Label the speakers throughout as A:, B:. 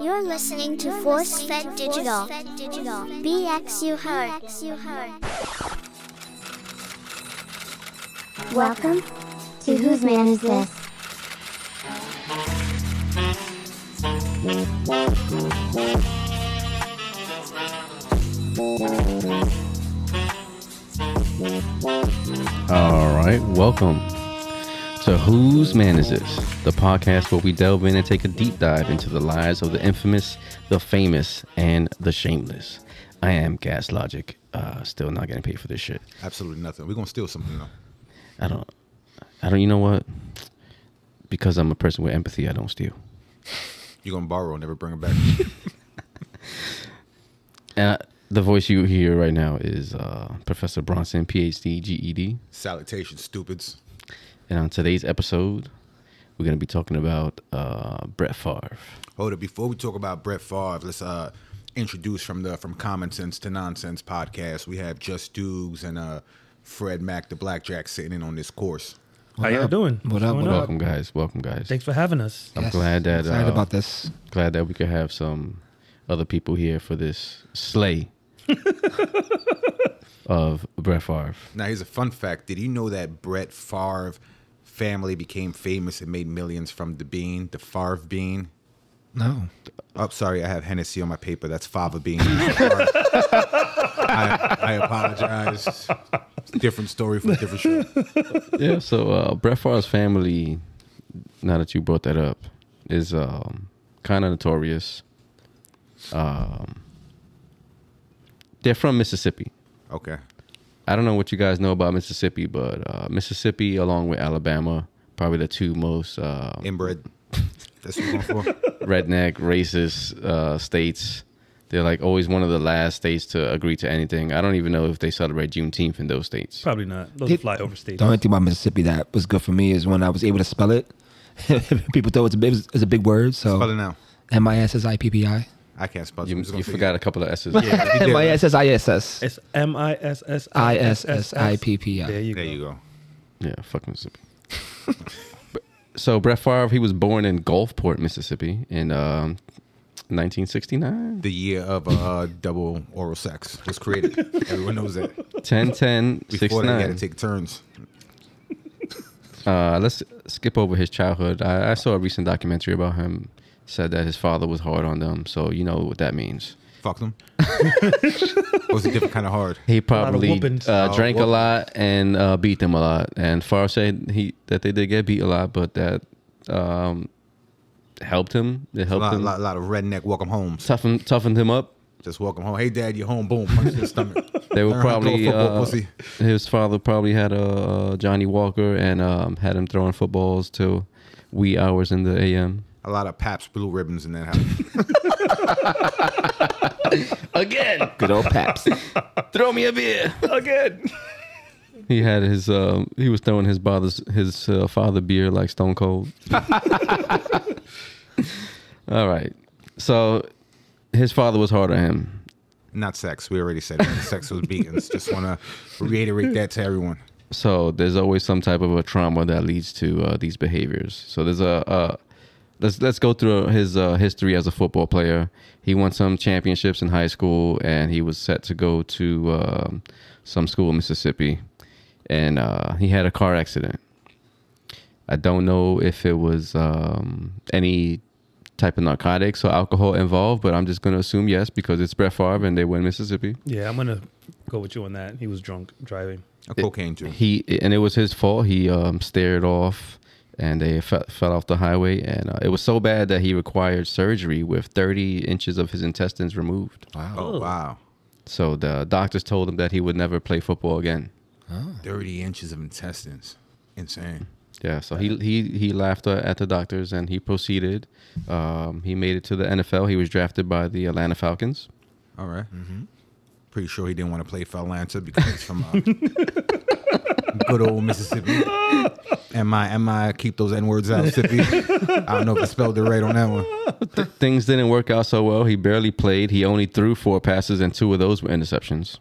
A: You're listening to Force Fed Digital. BXU Heard.
B: Welcome to Whose Man Is This?
C: All right, welcome to Whose Man Is This? The podcast where we delve in and take a deep dive into the lives of the infamous, the famous, and the shameless. I am Gas Logic. Uh, still not getting paid for this shit.
D: Absolutely nothing. We're gonna steal something though.
C: I don't. I don't. You know what? Because I'm a person with empathy, I don't steal.
D: You're gonna borrow and never bring it back.
C: And I, the voice you hear right now is uh, Professor Bronson, PhD, GED.
D: Salutations,
C: E
D: stupids.
C: And on today's episode, we're gonna be talking about uh, Brett Favre.
D: Hold it. Before we talk about Brett Favre, let's uh introduce from the from Common Sense to Nonsense podcast. We have Just Dudes and uh Fred Mac the Blackjack sitting in on this course.
E: How y'all doing?
F: What up? What
E: What's going
F: up?
E: on?
C: Welcome, guys. Welcome, guys.
E: Thanks for having us.
C: I'm glad that
F: excited
C: uh,
F: about this.
C: glad that we could have some other people here for this sleigh of Brett Favre.
D: Now here's a fun fact. Did you know that Brett Favre family became famous and made millions from the bean, the Favre bean?
F: No,
D: Oh, sorry, I have Hennessy on my paper. That's fava bean. I, I apologize. Different story from a different show.
C: Yeah, so uh, Brett Favre's family, now that you brought that up, is um, kind of notorious. Um, they're from Mississippi.
D: Okay.
C: I don't know what you guys know about Mississippi, but uh, Mississippi, along with Alabama, probably the two most um,
D: Inbred. That's what you're going for.
C: redneck racist uh, states. They're like always one of the last states to agree to anything. I don't even know if they celebrate Juneteenth in those states.
E: Probably not. Those
F: Did-
E: flyover states.
F: the only thing about Mississippi that was good for me is when I was able to spell it. People thought it was a big, it was a big word,
D: Spell it
F: so
D: now.
F: M I S S I P P I.
D: I can't spell. it.
C: You,
D: I'm just gonna
C: you
D: say-
C: forgot a couple of S's.
D: Yeah, you
F: M I
D: did.
F: S S I S S.
E: It's M I S S
F: ISSIPPI.
E: There you
D: There you
E: go.
D: go.
C: Yeah, fuck Mississippi. But- so Brett Favre, he was born in Gulfport, Mississippi, in um, 1969.
D: The year of uh, double oral sex was created. Everyone knows that.
C: 10, 10,
D: Before they had to
C: 69.
D: take turns.
C: Uh, let's skip over his childhood. I, I saw a recent documentary about him. Said that his father was hard on them, so you know what that means.
D: Fuck them. it was a different kind of hard.
C: He
E: lot of
C: probably
E: whoopings.
C: uh,
D: Oh,
C: drank a
D: whoop-
C: lot and uh, beat them a lot. And Favre said he that they did get beat a lot, but that um, helped him. It
D: A
C: helped
D: lot,
C: him
D: lot, lot of redneck welcome homes.
C: toughen toughened him up.
D: Just welcome home. Hey, dad, you home. Boom. Punch in the stomach.
C: They were
D: Learn how to throw a
C: probably
D: football,
C: uh,
D: pussy.
C: his father probably had a uh, Johnny Walker and um, had him throwing footballs till wee hours in the a.m.
D: A lot of Paps blue ribbons in that house.
C: Again,
F: Good old Paps.
C: throw me a beer.
E: Again.
C: He had his um, he was throwing his father's his uh, father beer like Stone Cold. All right, so his father was hard on him.
D: Not sex. We already said that. sex was beatings. Just want to reiterate that to everyone.
C: So there's always some type of a trauma that leads to uh, these behaviors. So there's a uh, let's let's go through his uh, history as a football player. He won some championships in high school, and he was set to go to um, some school in Mississippi, and uh, he had a car accident. I don't know if it was um, any type of narcotics or alcohol involved, but I'm just going to assume yes because it's Brett Favre and they win Mississippi.
E: Yeah, I'm gonna go with you on that. He was drunk driving.
D: A cocaine Jew.
C: he and it was his fault. He um, stared off, and they fe- fell off the highway, and uh, it was so bad that he required surgery with 30 inches of his intestines removed.
D: Oh, wow.
C: So the doctors told him that he would never play football again.
D: 30 inches of intestines. Insane.
C: Yeah, so he he he laughed uh, at the doctors, and he proceeded. Um, he made it to the NFL. He was drafted by the Atlanta Falcons.
D: All Mm-hmm. Pretty sure he didn't want to play for Atlanta because he's from uh, good old Mississippi. Am I? Am I? Keep those n words out, Mississippi. I don't know if I spelled it right on that one.
C: Things didn't work out so well. He barely played. He only threw four passes, and two of those were interceptions.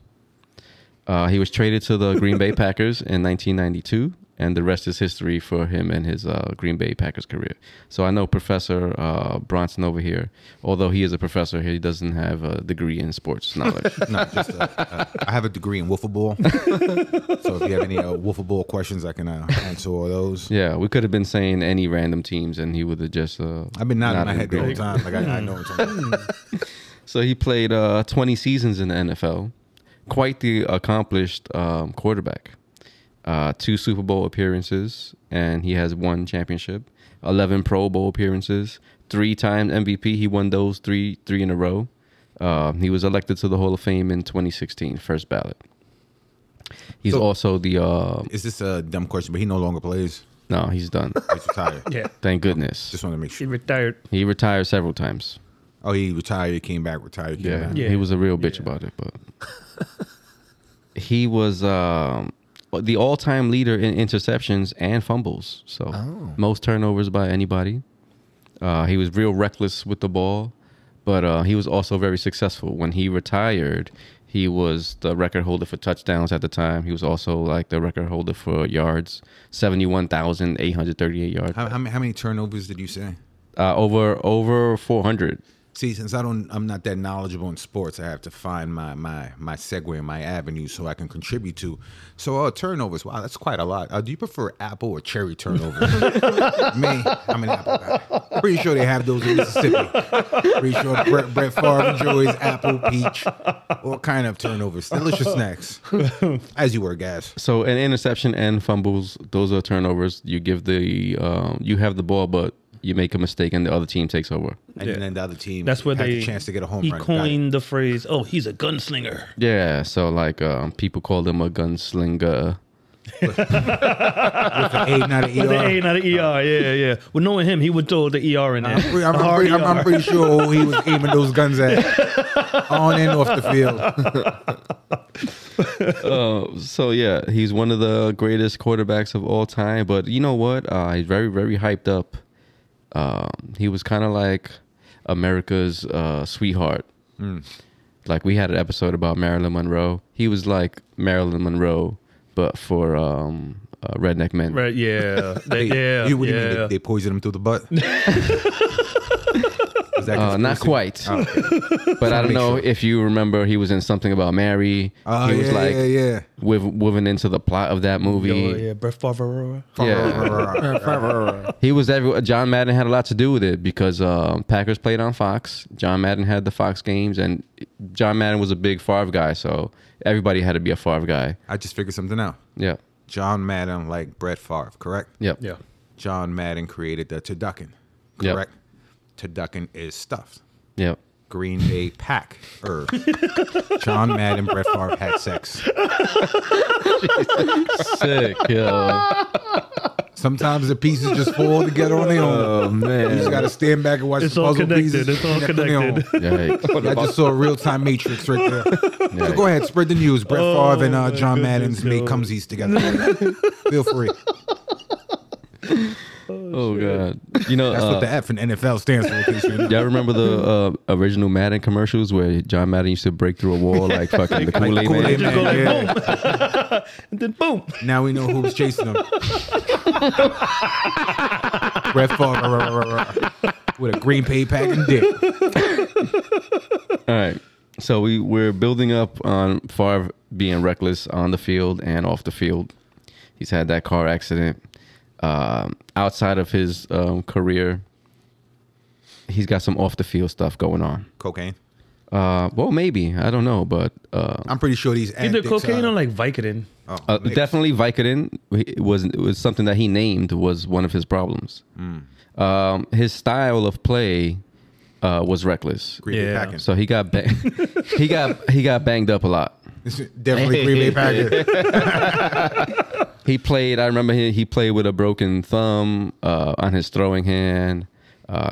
C: Uh, he was traded to the Green Bay Packers in 1992, and the rest is history for him and his uh, Green Bay Packers career. So I know Professor uh, Bronson over here, although he is a professor, he doesn't have a degree in sports knowledge.
D: No, just uh, uh, I have a degree in wiffle ball. so if you have any uh, wiffle ball questions, I can uh, answer all those.
C: yeah, we could have been saying any random teams, and he would have just. Uh,
D: I've been nodding my
C: nodded
D: head the whole
C: agreeing.
D: time. Like I, I know what you're talking about.
C: Hmm. So he played uh, 20 seasons in the NFL. Quite the accomplished um, quarterback. Uh, two Super Bowl appearances, and he has one championship. 11 Pro Bowl appearances. Three times MVP. He won those three three in a row. Um, he was elected to the Hall of Fame in 2016, first ballot. He's
D: So-
C: also the uh,
D: Is this a dumb question? But he no longer plays.
C: no, he's done.
D: He's retired.
E: Yeah.
C: Thank goodness.
D: Just want to make
E: She
D: sure.
E: retired.
C: He retired several times.
D: Oh, he retired. He came back. Retired. Came
C: Yeah.
D: Back.
E: Yeah.
C: He was a real bitch
E: Yeah.
C: about it, but he was um, the all-time leader in interceptions and fumbles. So most turnovers by anybody. Uh, he was real reckless with the ball, but uh, he was also very successful. When he retired, he was the record holder for touchdowns at the time. He was also like the record holder for yards, seventy-one thousand eight hundred thirty-eight yards,
D: How, how, many- how many turnovers did you say?
C: uh, over over four hundred.
D: See, since I don't, I'm not that knowledgeable in sports. I have to find my my my segue and my avenue so I can contribute to. So uh, turnovers, wow, that's quite a lot. Uh, do you prefer apple or cherry turnovers? Me, I'm an apple guy. Pretty sure they have those in Mississippi. Pretty sure Brett, Brett Favre enjoys apple, peach, all kind of turnovers, delicious snacks, as you were, guys.
C: So an interception and fumbles, those are turnovers. You give the um, you have the ball, but you make a mistake and the other team takes over.
D: And then the other team
E: That's where
D: had
E: they
D: the chance to get a home
E: he
D: run. Got it.
E: coined the phrase, "Oh, he's a gunslinger."
C: Yeah. So like um, people call them a gunslinger.
D: A, not an
E: With the A,
D: ER.
E: not the ER. Yeah, yeah. Well, knowing him, he would throw the ER in there.
D: I'm pretty, I'm,
E: A
D: I'm
E: hard
D: pretty, I'm,
E: ER.
D: I'm pretty sure who he was aiming those guns at on and off the field.
C: So yeah, he's one of the greatest quarterbacks of all time. But you know what? Uh, he's very very hyped up. Um, he was kind of like America's uh, sweetheart. Hmm. Like we had an episode about Marilyn Monroe. He was like Marilyn Monroe, but for um, uh, redneck men.
E: Right, yeah. They- yeah.
D: you, what do you mean,
E: yeah.
D: They, they poisoned him through the butt? Was that
C: Uh, not
D: conspiracy?
C: quite.
D: Oh, okay.
C: But I don't
D: Make
C: know
D: sure.
C: if you remember, he was in something about Mary.
D: Oh,
C: he was
D: yeah,
C: like
D: yeah, yeah.
C: With, woven into the plot of that movie.
E: Oh, yeah, Brett Favre.
D: Yeah.
C: He was everywhere. John Madden had a lot to do with it because uh, Packers played on Fox. John Madden had the Fox games, and John Madden was a big Favre guy, so everybody had to be a Favre guy.
D: I just figured something out.
C: Yeah.
D: John Madden, like Brett Favre, correct?
C: Yep.
E: Yeah.
D: John Madden created the Tadukin,
C: Yep.
D: correct? Tadukin is stuffed.
C: Yep.
D: Green Bay Pack. Er. John Madden, Brett Favre had sex.
C: Sick. Yeah.
D: Sometimes the pieces just fall together on their own. You
F: Oh
D: just
F: man.
D: gotta stand back and watch
E: It's
D: the
E: all
D: puzzle
E: connected.
D: pieces.
E: It's all
D: connect on their
E: connected.
D: own.
C: Yikes.
D: I just saw a real time Matrix right there. So go ahead, spread the news. Brett Favre and uh,
E: Oh, my
D: John
E: goodness,
D: Madden's made
E: yo.
D: cumsies together. Feel free.
C: Oh god. You know.
D: That's
C: uh,
D: what the F in NFL stands for. in case you know.
C: Y'all remember the uh, original Madden commercials where John Madden used to break through a wall like fucking the Kool Aid Man?
D: Kool-Aid
E: Just go like
D: Man, yeah.
E: And then boom.
D: Now we know who was chasing him. Brett Favre rah, rah, rah, rah, with a green pay pack and dick.
C: All right. So we we're building up on Favre being reckless on the field and off the field. He's had that car accident. Um, outside of his um, career, he's got some off the field stuff going on.
D: Cocaine.
C: Uh, well, maybe I don't know, but uh,
D: I'm pretty sure these
E: Either
D: addicts
E: cocaine
D: are-
E: or like Vicodin.
D: Oh,
C: uh,
D: mixed.
C: definitely Vicodin it was it was something that he named was one of his problems. Um, his style of play uh, was reckless,
D: Green Bay
E: Yeah.
D: Packers.
C: so he got bang- he got he got banged up a lot.
D: Definitely Green Bay Packers.
C: He played. I remember he, he played with a broken thumb uh, on his throwing hand, uh,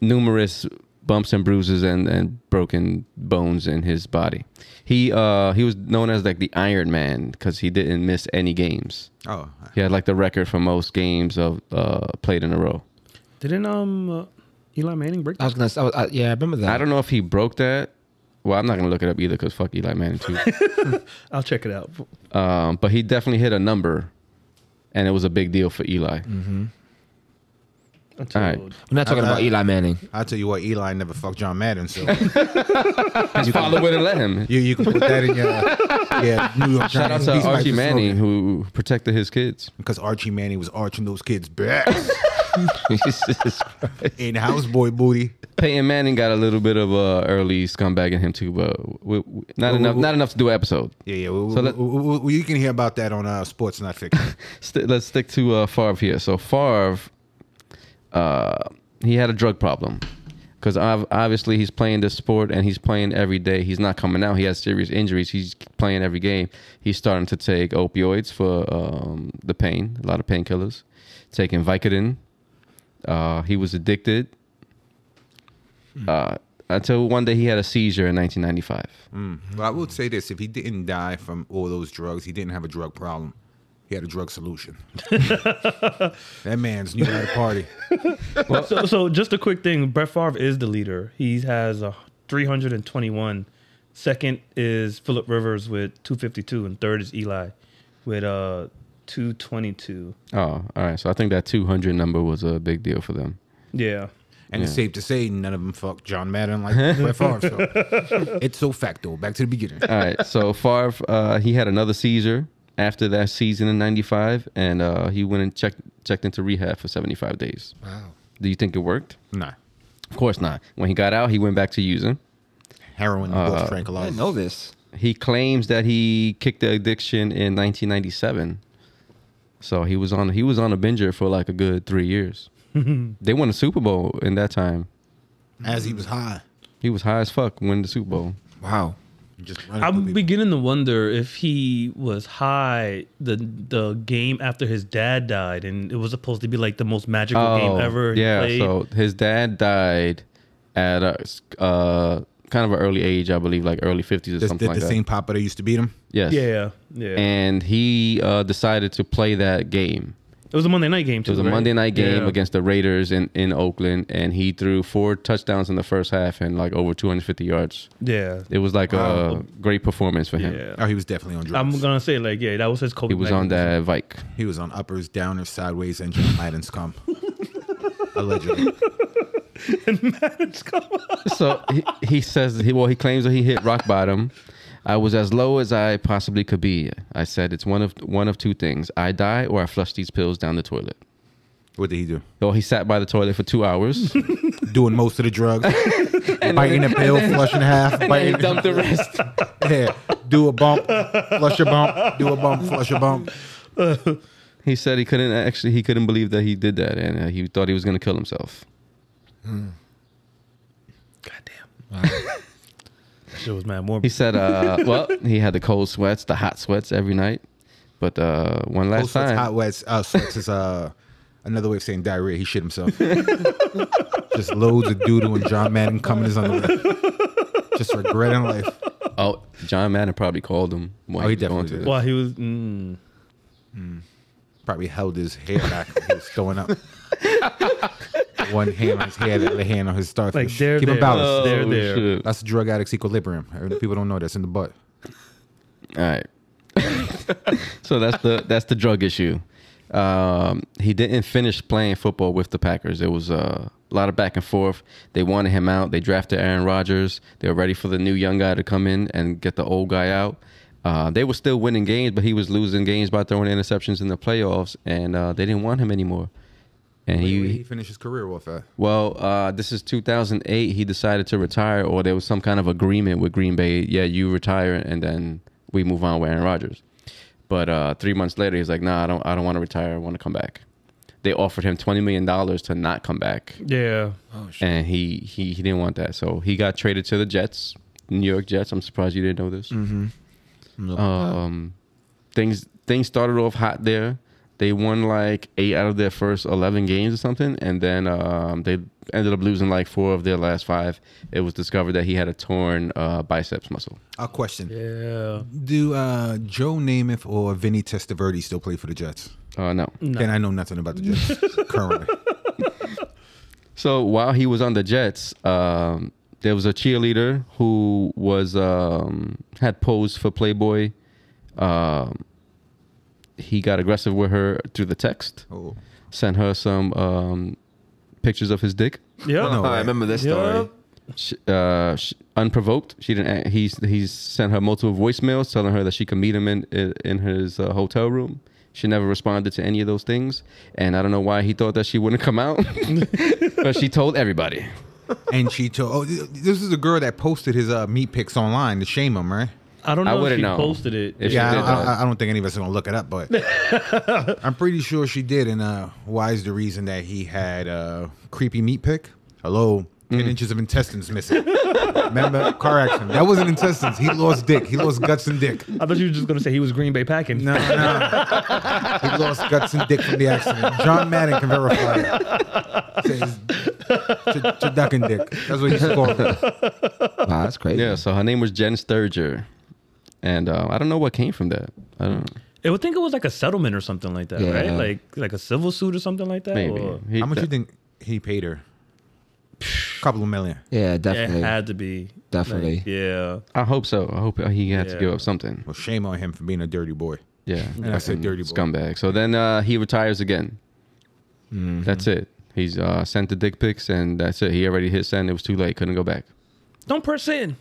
C: numerous bumps and bruises and, and broken bones in his body. He uh, he was known as like the Iron Man because he didn't miss any games.
D: Oh,
C: He had like the record for most games of uh, played in a row.
E: Didn't um uh, Eli Manning break
F: I was gonna. I was, I, yeah, I remember that.
C: I don't know if he broke that. Well, I'm not gonna look it up either because fuck Eli Manning too.
E: I'll check it out.
C: um, but he definitely hit a number and it was a big deal for Eli.
E: Until
C: All right.
F: We're not talking about Eli Manning.
D: I tell you what, Eli never fucked John Madden, so
C: His father wouldn't let him.
D: you you can put that in your yeah. New York
C: Shout out to Archie Manning who protected his kids.
D: because Archie Manning was arching those kids back
F: Jesus Christ.
D: in houseboy booty.
C: Peyton Manning got a little bit of uh, early scumbag in him too, but w- w- not enough. Not enough to do an episode.
D: Yeah, yeah. We,
C: So let-
D: we- we- we- you can hear about that on uh, Sports Not Fiction.
C: St- let's stick to uh, Favre here. So Favre, uh, he had a drug problem because obviously he's playing this sport and he's playing every day. He's not coming out. He has serious injuries. He's playing every game. He's starting to take opioids for um, the pain. A lot of painkillers. Taking Vicodin. Uh, he was addicted. Uh, until one day he had a seizure in 1995.
D: Well, I would say this: if he didn't die from all those drugs, he didn't have a drug problem. He had a drug solution. that man's new at a party.
E: so, so just a quick thing. Brett Favre is the leader. He has a 321. Second is Philip Rivers with 252, and third is Eli with uh 222.
C: Oh, all right. So I think that 200 number was a big deal for them.
E: Yeah.
D: And it's safe to say none of them fucked John Madden like Brett Favre. So it's so facto. Back to the beginning.
C: All right. So Favre, uh, he had another seizure after that season in '95, and uh, he went and checked checked into rehab for 75 days.
D: Wow.
C: Do you think it worked?
D: Nah.
C: Of course not. When he got out, he went back to using.
D: Heroin, uh,
F: I
D: tranquilizer.
F: didn't know this.
C: He claims that he kicked the addiction in 1997. So he was on he was on a binger for like a good three years. they won a Super Bowl in that time.
D: As he was high,
C: He was high as fuck when the Super Bowl.
F: Wow.
D: just running through
E: I'm
D: people.
E: beginning to wonder if he was high the the game after his dad died, and it was supposed to be like the most magical game ever. he
C: Oh, Yeah,
E: played.
C: so his dad died at a uh, kind of an early age, I believe, like early 50s or
D: This-
C: something
D: the,
C: like
D: the
C: that.
D: same papa that used to beat him.
C: Yes.
E: yeah, yeah.
C: And he uh, decided to play that game.
E: it was a Monday night game
C: It
E: too.
C: was a
E: right?
C: Monday night game
E: Yeah.
C: against the Raiders in, in Oakland, and he threw four touchdowns in the first half and like over 250 yards.
E: Yeah,
C: It was like a
D: Wow.
C: great performance for him.
E: yeah.
D: Oh, he was definitely on drugs.
E: I'm gonna say like yeah, that was his Kobe.
C: He was
E: Mack.
C: on that Vike.
D: he was on uppers, downers, sideways, and John Madden's cum. Allegedly.
C: so he, he says he well he claims that he hit rock bottom i was as low as i possibly could be i said it's one of one of two things i die or i flush these pills down the toilet
D: What did he do?
C: so he sat by the toilet for two hours and
D: Doing most of the drugs, biting a pill, flushing half,
C: then he
D: biting.
C: dumped the rest
D: Yeah, do a bump, flush a bump, do a bump, flush a bump.
C: he said he couldn't actually he couldn't believe that he did that and uh, he thought he was going to kill himself
E: That shit was mad morbid.
C: he said uh, well he had the cold sweats the hot sweats every night but uh, one last
D: Cold sweats,
C: time
D: hot wets, uh, sweats is uh, another way of saying diarrhea. He shit himself. Just loads of doodle and John Madden coming his underwear. Just regretting life.
C: oh john madden probably called him while
D: Oh, he
C: was going
D: definitely
C: through
D: did.
C: this.
E: While he was, mm,
D: Probably held his hair back. when he was throwing up. One hand on his head, the other hand on his starfish.
E: like there,
D: Keep
E: there,
D: him balanced.
E: there,
C: Oh,
E: there.
C: shit.
D: That's the drug addict's equilibrium. Uh, People don't know that's in the butt.
C: All right. so that's the that's the drug issue. Um, he didn't finish playing football with the Packers. There was uh, a lot of back and forth. They wanted him out. They drafted Aaron Rodgers. They were ready for the new young guy to come in and get the old guy out. Uh, they were still winning games, but he was losing games by throwing interceptions in the playoffs, and uh, they didn't want him anymore. And he,
D: finished his career off that.
C: well, uh, this is 2008. He decided to retire, or there was some kind of agreement with Green Bay. Yeah, you retire, and then we move on with Aaron Rodgers. But uh, three months later, he's like, "Nah, I don't. I don't want to retire. I want to come back." They offered him 20 million dollars to not come back,
E: Yeah,
C: and he, he he didn't want that. So he got traded to the Jets, New York Jets. I'm surprised you didn't know this. Um, things things started off hot there. They won like eight out of their first eleven games or something, and then um, they ended up losing like four of their last five. It was discovered that he had a torn uh, biceps muscle.
D: A question:
E: yeah.
D: Do uh, Joe Namath or Vinny Testaverde still play for the Jets?
C: Uh, no.
D: Then I know nothing about the Jets currently.
C: So while he was on the Jets, um, there was a cheerleader who was um, had posed for Playboy. Um, he got aggressive with her through the text.
D: Oh,
C: Sent her some um, pictures of his dick.
E: Yeah.
D: no.
F: I remember this story.
E: Yup.
C: She, uh, she, unprovoked, she didn't. a- He's he's sent her multiple voicemails telling her that she could meet him in in, in his uh, hotel room. She never responded to any of those things, and I don't know why he thought that she wouldn't come out, but she told everybody.
D: and she told. Oh, th- this is a girl that posted his uh, meat pics online to shame him, right?
E: I don't
C: I
E: know if
C: wouldn't
E: she
C: know.
E: posted it.
C: If she
D: Yeah, I
C: did,
D: don't, I,
C: though.
D: I don't think any of us are gonna look it up, but I'm pretty sure she did. And uh, why is the reason that he had uh, creepy meat pick? Hello, ten inches of intestines missing. Remember car accident? That wasn't intestines. He lost dick. He lost guts and dick.
E: I thought you were just gonna say he was Green Bay packing.
D: No, no. he lost guts and dick from the accident. John Madden can verify it. Says, "Ch- ch- duck and dick. That's what he's called.
F: Wow, that's crazy.
C: Yeah, so her name was Jen Sturger, and uh, I don't know what came from that. I don't know.
E: I would think it was like a settlement or something like that,
F: Yeah.
E: right? Like like a civil suit or something like that.
C: Maybe.
E: or-
C: He-
D: How much you think he paid her? couple of million.
F: Yeah,
E: it
F: definitely.
E: had to be like,
F: Definitely.
E: yeah.
C: I hope so. I hope he had to
E: Yeah.
C: give up something.
D: Well, shame on him for being a dirty boy.
C: Yeah,
D: And I said
C: fucking
D: dirty boy.
C: scumbag. So then uh, he retires again.
D: Mm.
C: That's it. He's uh, sent the dick pics, and that's it. He already hit send. It was too late. Couldn't go back.
E: Don't press in.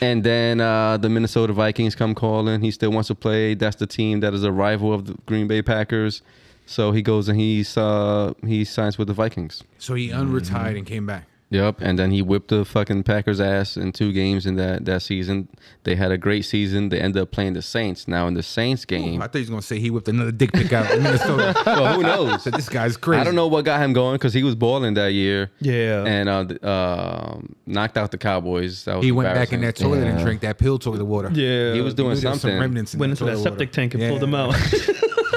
C: And then uh, the Minnesota Vikings come calling. He still wants to play. That's the team that is a rival of the Green Bay Packers. So he goes and he's uh, he signs with the Vikings.
D: So he unretired and came back.
C: Yep. And then he whipped the fucking Packers ass in two games in that that season. They had a great season. They ended up playing the Saints. Now in the Saints game,
D: I thought he was gonna say he whipped another dick pic out in Minnesota.
C: well, who knows?
D: so this guy's crazy.
C: I don't know what got him going because he was balling that year.
E: Yeah.
C: And uh, th- um knocked out the Cowboys. That was
D: He went back in that
C: embarrassing.
D: toilet and
F: Yeah.
D: drank that pill toilet water.
E: Yeah.
C: He was doing
D: Maybe there's
C: something.
D: Some remnants in
E: went
D: that
E: into that
D: toilet
E: septic
D: water.
E: tank and
D: Yeah,
E: pulled them out.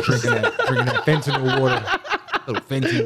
D: Drinking that, drinking that fentanyl water, little fenty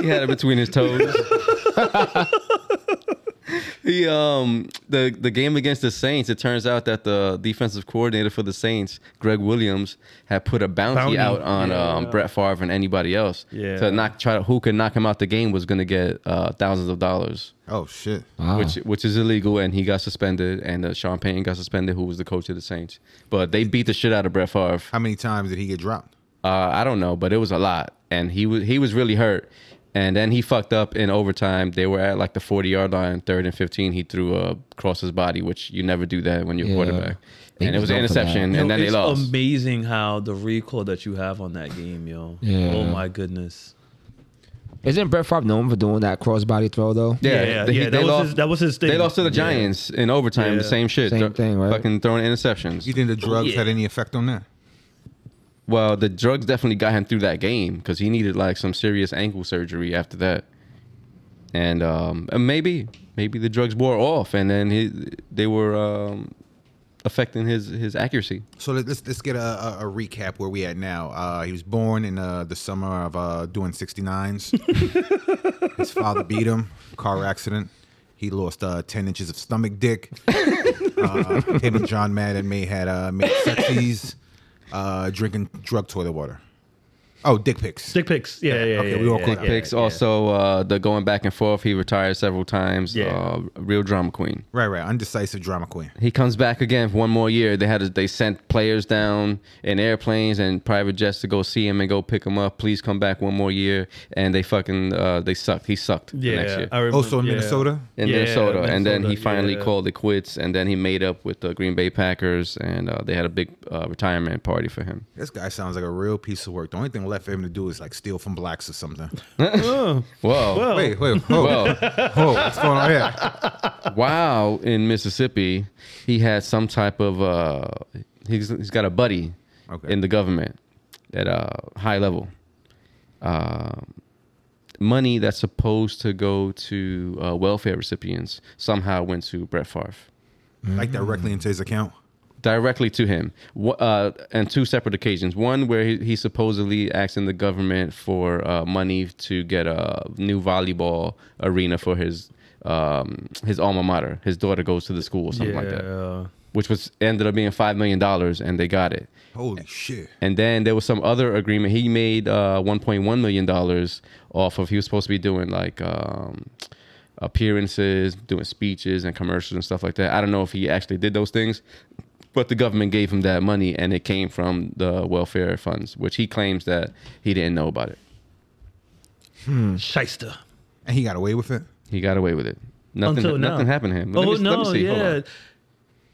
C: he had it between his toes. he um the the game against the Saints. It turns out that the defensive coordinator for the Saints, Greg Williams, had put a bounty,
E: Bounty.
C: out on um,
E: Yeah.
C: Brett Favre and anybody else
E: Yeah.
C: to knock try to, who could knock him out the game was going to get uh, thousands of dollars.
D: Oh shit!
F: Wow.
C: Which which is illegal, and he got suspended, and uh, Sean Payton got suspended, who was the coach of the Saints. But they beat the shit out of Brett Favre.
D: How many times did he get dropped?
C: Uh, I don't know, but it was a lot, and he was he was really hurt. And then he fucked up in overtime. They were at like the forty yard line, third and fifteen. He threw a cross his body, which you never do that when you're a
F: Yeah.
C: quarterback.
F: He
C: And it was
F: was
C: an
F: known for that.
C: interception, and
E: Yo,
C: then they
E: it's
C: lost.
E: Amazing how the recall that you have on that game, yo.
F: Yeah.
E: Oh my goodness.
F: Isn't Brett Favre known for doing that crossbody throw though?
E: Yeah, yeah, yeah, that was his- that was his thing.
C: They lost to the
E: Yeah.
C: Giants in overtime. The
E: Yeah.
C: same shit.
F: Same
C: They're
F: thing, right?
C: Fucking throwing interceptions.
D: You think the drugs
E: yeah.
D: had any effect on that?
C: Well, the drugs definitely got him through that game because he needed like some serious ankle surgery after that, and um, and maybe maybe the drugs wore off, and then he, they were um, affecting his his accuracy.
D: So let, let's let's get a, a, a recap where we at now. Uh, he was born in uh, the summer of uh, doing sixty nines. His father beat him, car accident. He lost uh, ten inches of stomach dick. Uh, him and John Madden may had uh, made sexies, uh, drinking drug toilet water. Oh, dick pics.
E: Dick picks. Yeah, yeah,
D: Okay,
E: yeah.
D: we all
E: yeah,
D: click
E: yeah,
C: Picks
E: yeah.
C: also uh, the going back and forth. He retired several times.
E: Yeah.
C: Uh, real drama queen.
D: Right, right. Undecisive drama queen.
C: He comes back again for one more year. They had a, they sent players down in airplanes and private jets to go see him and go pick him up. Please come back one more year. And they fucking uh, they sucked. He sucked. the
E: Yeah.
C: next year.
E: I remember-
D: Also in
E: yeah.
D: Minnesota.
C: in
E: Yeah,
C: Minnesota, and then he
E: Minnesota,
C: finally
E: yeah.
C: called it quits, and then he made up with the Green Bay Packers, and uh, they had a big uh, retirement party for him.
D: This guy sounds like a real piece of work. The only thing left for him to do is like steal from blacks or something.
E: Oh,
C: Whoa,
E: well,
D: Wait, wait, whoa,
C: well,
D: whoa, what's going on here?
C: wow! In Mississippi, he had some type of uh, he's he's got a buddy
D: Okay.
C: in the government at a high level. Um, money that's supposed to go to uh, welfare recipients somehow went to Brett Favre.
D: Like directly into his account.
C: directly to him Wha- uh, on two separate occasions. One where he, he supposedly asking the government for uh, money to get a new volleyball arena for his um, his alma mater. His daughter goes to the school or something like that,
E: yeah.
C: which was ended up being five million dollars, and they got it.
D: Holy shit.
C: And then there was some other agreement. He made uh, 1.1 million dollars off of. He was supposed to be doing like um, appearances, doing speeches and commercials and stuff like that. I don't know if he actually did those things, But the government gave him that money, and it came from the welfare funds, which he claims that he didn't know about it.
D: Hmm.
E: Shyster.
D: And he got away with it.
C: He got away with it. Nothing,
E: Until now.
C: nothing happened to him.
E: oh
C: Let me- let me
E: no,
C: see. Hold on.
E: yeah.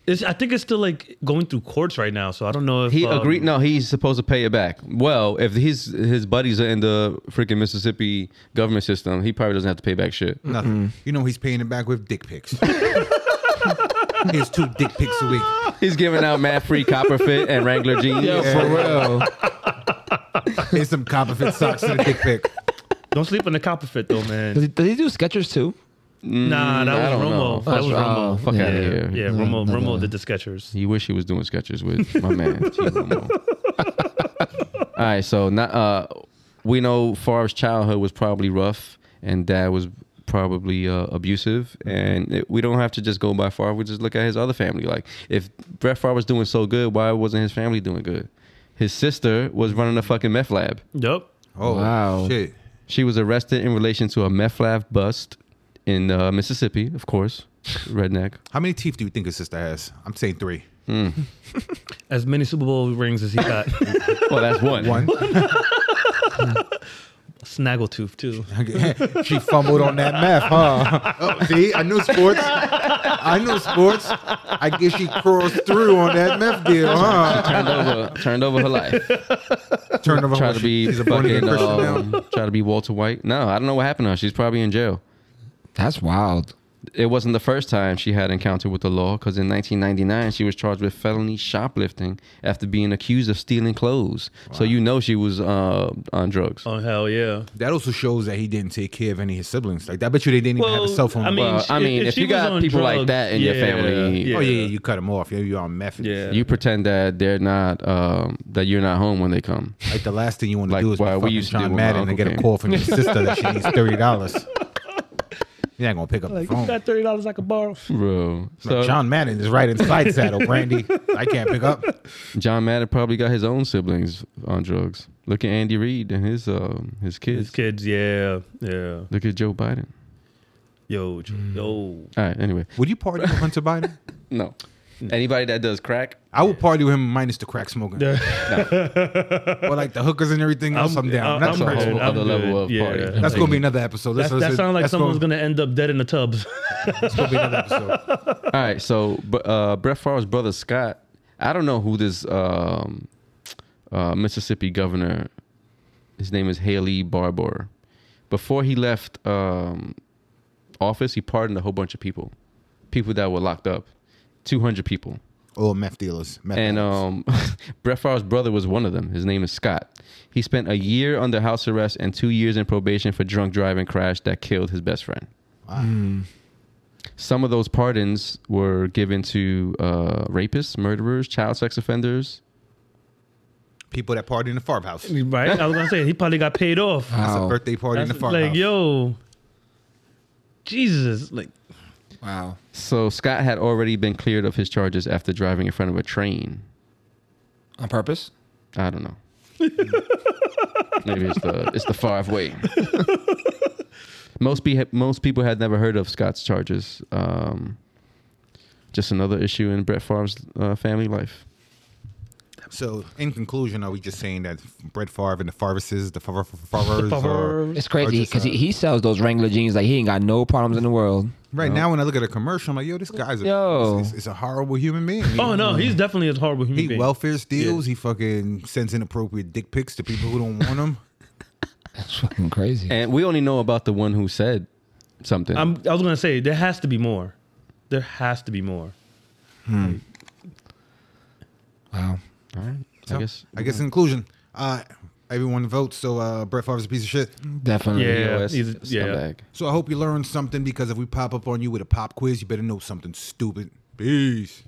E: It's, I think it's still like going through courts right now, so I don't know if
C: He
E: um,
C: agreed. No, he's supposed to pay it back. Well, if his his buddies are in the freaking Mississippi government system, he probably doesn't have to pay back shit.
D: Nothing. You know he's paying it back with dick pics. He's two dick pics a week.
C: He's giving out mad free copper fit and Wrangler jeans.
F: for real.
D: Here's some copper fit socks and a dick pic.
E: Don't sleep on the copper fit though,
F: Does
E: man.
F: he, does he do sketchers too?
D: Mm,
E: nah,
C: I
E: that was
C: don't know.
E: Romo. That was
F: Oh,
E: Romo.
C: fuck
E: yeah,
C: outta here.
E: Yeah,
F: No,
E: Romo.
F: no,
E: Romo
F: no.
E: did the Skechers.
C: You wish he was doing sketches with my man. T. Romo. All right, so not, uh, we know Favre's childhood was probably rough, and dad was probably uh, abusive, and it, we don't have to just go by Favre. We just look at his other family. Like if Brett Favre was doing so good, why wasn't his family doing good? His sister was running a fucking meth lab.
E: Yep.
D: Oh
F: Wow.
D: shit.
C: She was arrested in relation to a meth lab bust in uh, Mississippi, of course, redneck. Hmm.
D: How many teeth do you think his sister has? I'm saying three.
E: As many Super Bowl rings as he got.
C: Well, that's one.
D: One.
E: Snaggletooth too.
D: she fumbled on that math, huh? Oh, see, I knew sports. I knew sports. I guess she crossed through on that meth deal, huh?
C: Turned over, turned over her life.
D: Turned over.
C: try to be
D: she- she's a born again
C: fucking
D: Christian now.
C: um, try to be Walter White. No, I don't know what happened to her. She's probably in jail.
F: That's wild.
C: It wasn't the first time she had encounter with the law because in 1999 she was charged with felony shoplifting after being accused of stealing clothes. So you know she was uh, on drugs.
E: Oh hell yeah.
D: That also shows that he didn't take care of any of his siblings. Like, I bet you they didn't even have a cell phone.
E: I mean,
C: Well,
E: sh-
C: I mean, if
E: she
C: you
E: was
C: got
E: on
C: people like that in your family-
D: oh yeah, yeah, you cut him off. You're, you're on meth.
E: Yeah.
C: You pretend that they're not um, that you're not home when they come.
D: Like the last thing you want to
C: Like
D: do is be
C: what we
D: fucking
C: used to do
D: John
C: when my
D: Madden
C: uncle
D: and get a
C: came.
D: call from your sister that she needs thirty dollars. You're not gonna pick up
E: Like
D: the
E: you
D: phone.
E: got thirty dollars I could borrow.
C: Bro. So
D: Like,
C: John,
D: John Madden is right inside saddle, Brandy. I can't pick up.
C: Madden probably got his own siblings on drugs. Look at Andy Reid and his um, his kids.
E: His kids, yeah, yeah.
C: Look at Joe Biden.
E: Yo, J- yo.
C: All right, anyway.
D: Would you party with Hunter Biden?
C: No. Anybody that does crack,
D: I would party with him minus the crack smoking.
E: Yeah.
D: or like the hookers and everything. else, I'm down. That's,
C: I'm
D: crack
C: good.
D: smoking.
C: other level of
E: yeah.
C: party.
E: That's-
D: That's gonna be another episode. That's,
E: that sounds like
D: that's
E: someone's
D: gonna,
E: gonna end up dead in the tubs.
D: that's gonna be another episode.
C: All right, so but, uh, Brett Favre's brother Scott, I don't know who this um, uh, Mississippi governor. His name is Haley Barbour. Before he left um, office, he pardoned a whole bunch of people, people that were locked up, two hundred people.
D: Oh, meth dealers. Meth
C: And
D: dealers.
C: um, Brett Favre's brother was one of them. His name is Scott. He spent a year under house arrest and two years in probation for drunk driving crash that killed his best friend. Hmm.
D: Wow.
C: Some of those pardons were given to uh, rapists, murderers, child sex offenders.
D: people that party in the farmhouse.
E: right? I was gonna say he probably got paid off.
D: That's a
F: Wow.
D: birthday party in the
E: That's
D: farmhouse.
E: like, yo, Jesus, like
F: Wow.
C: So Scott had already been cleared of his charges after driving in front of a train.
F: On purpose?
C: I don't know. Maybe it's the it's the Favre way. most be, most people had never heard of Scott's charges. Um, just another issue in Brett Favre's uh, family life.
D: So, in conclusion, are we just saying that Brett Favre and the Farvises, the Favre, Favres, are-
E: Favre.
F: It's crazy
D: just,
F: because
D: uh,
F: he, he sells those Wrangler jeans like he ain't got no problems in the world.
D: right now, when I look at a commercial, I'm like, yo, this guy's a,
F: Yo.
D: Is, is a horrible human being.
E: Oh no, he's definitely a horrible human
D: He
E: being.
D: welfare steals. He fucking sends inappropriate dick pics to people who don't want them.
F: That's fucking crazy.
C: And we only know about the one who said something.
E: I'm, I was gonna say there has to be more. There has to be more.
F: Wow.
C: All right,
D: So,
C: I guess.
D: I guess in conclusion, uh, everyone votes. So uh, Brett Favre's a piece of shit.
F: Definitely.
E: Yeah,
C: Yes,
E: he's- yeah.
C: scumbag.
D: So I hope you learned something because if we pop up on you with a pop quiz, you better know something stupid. Peace.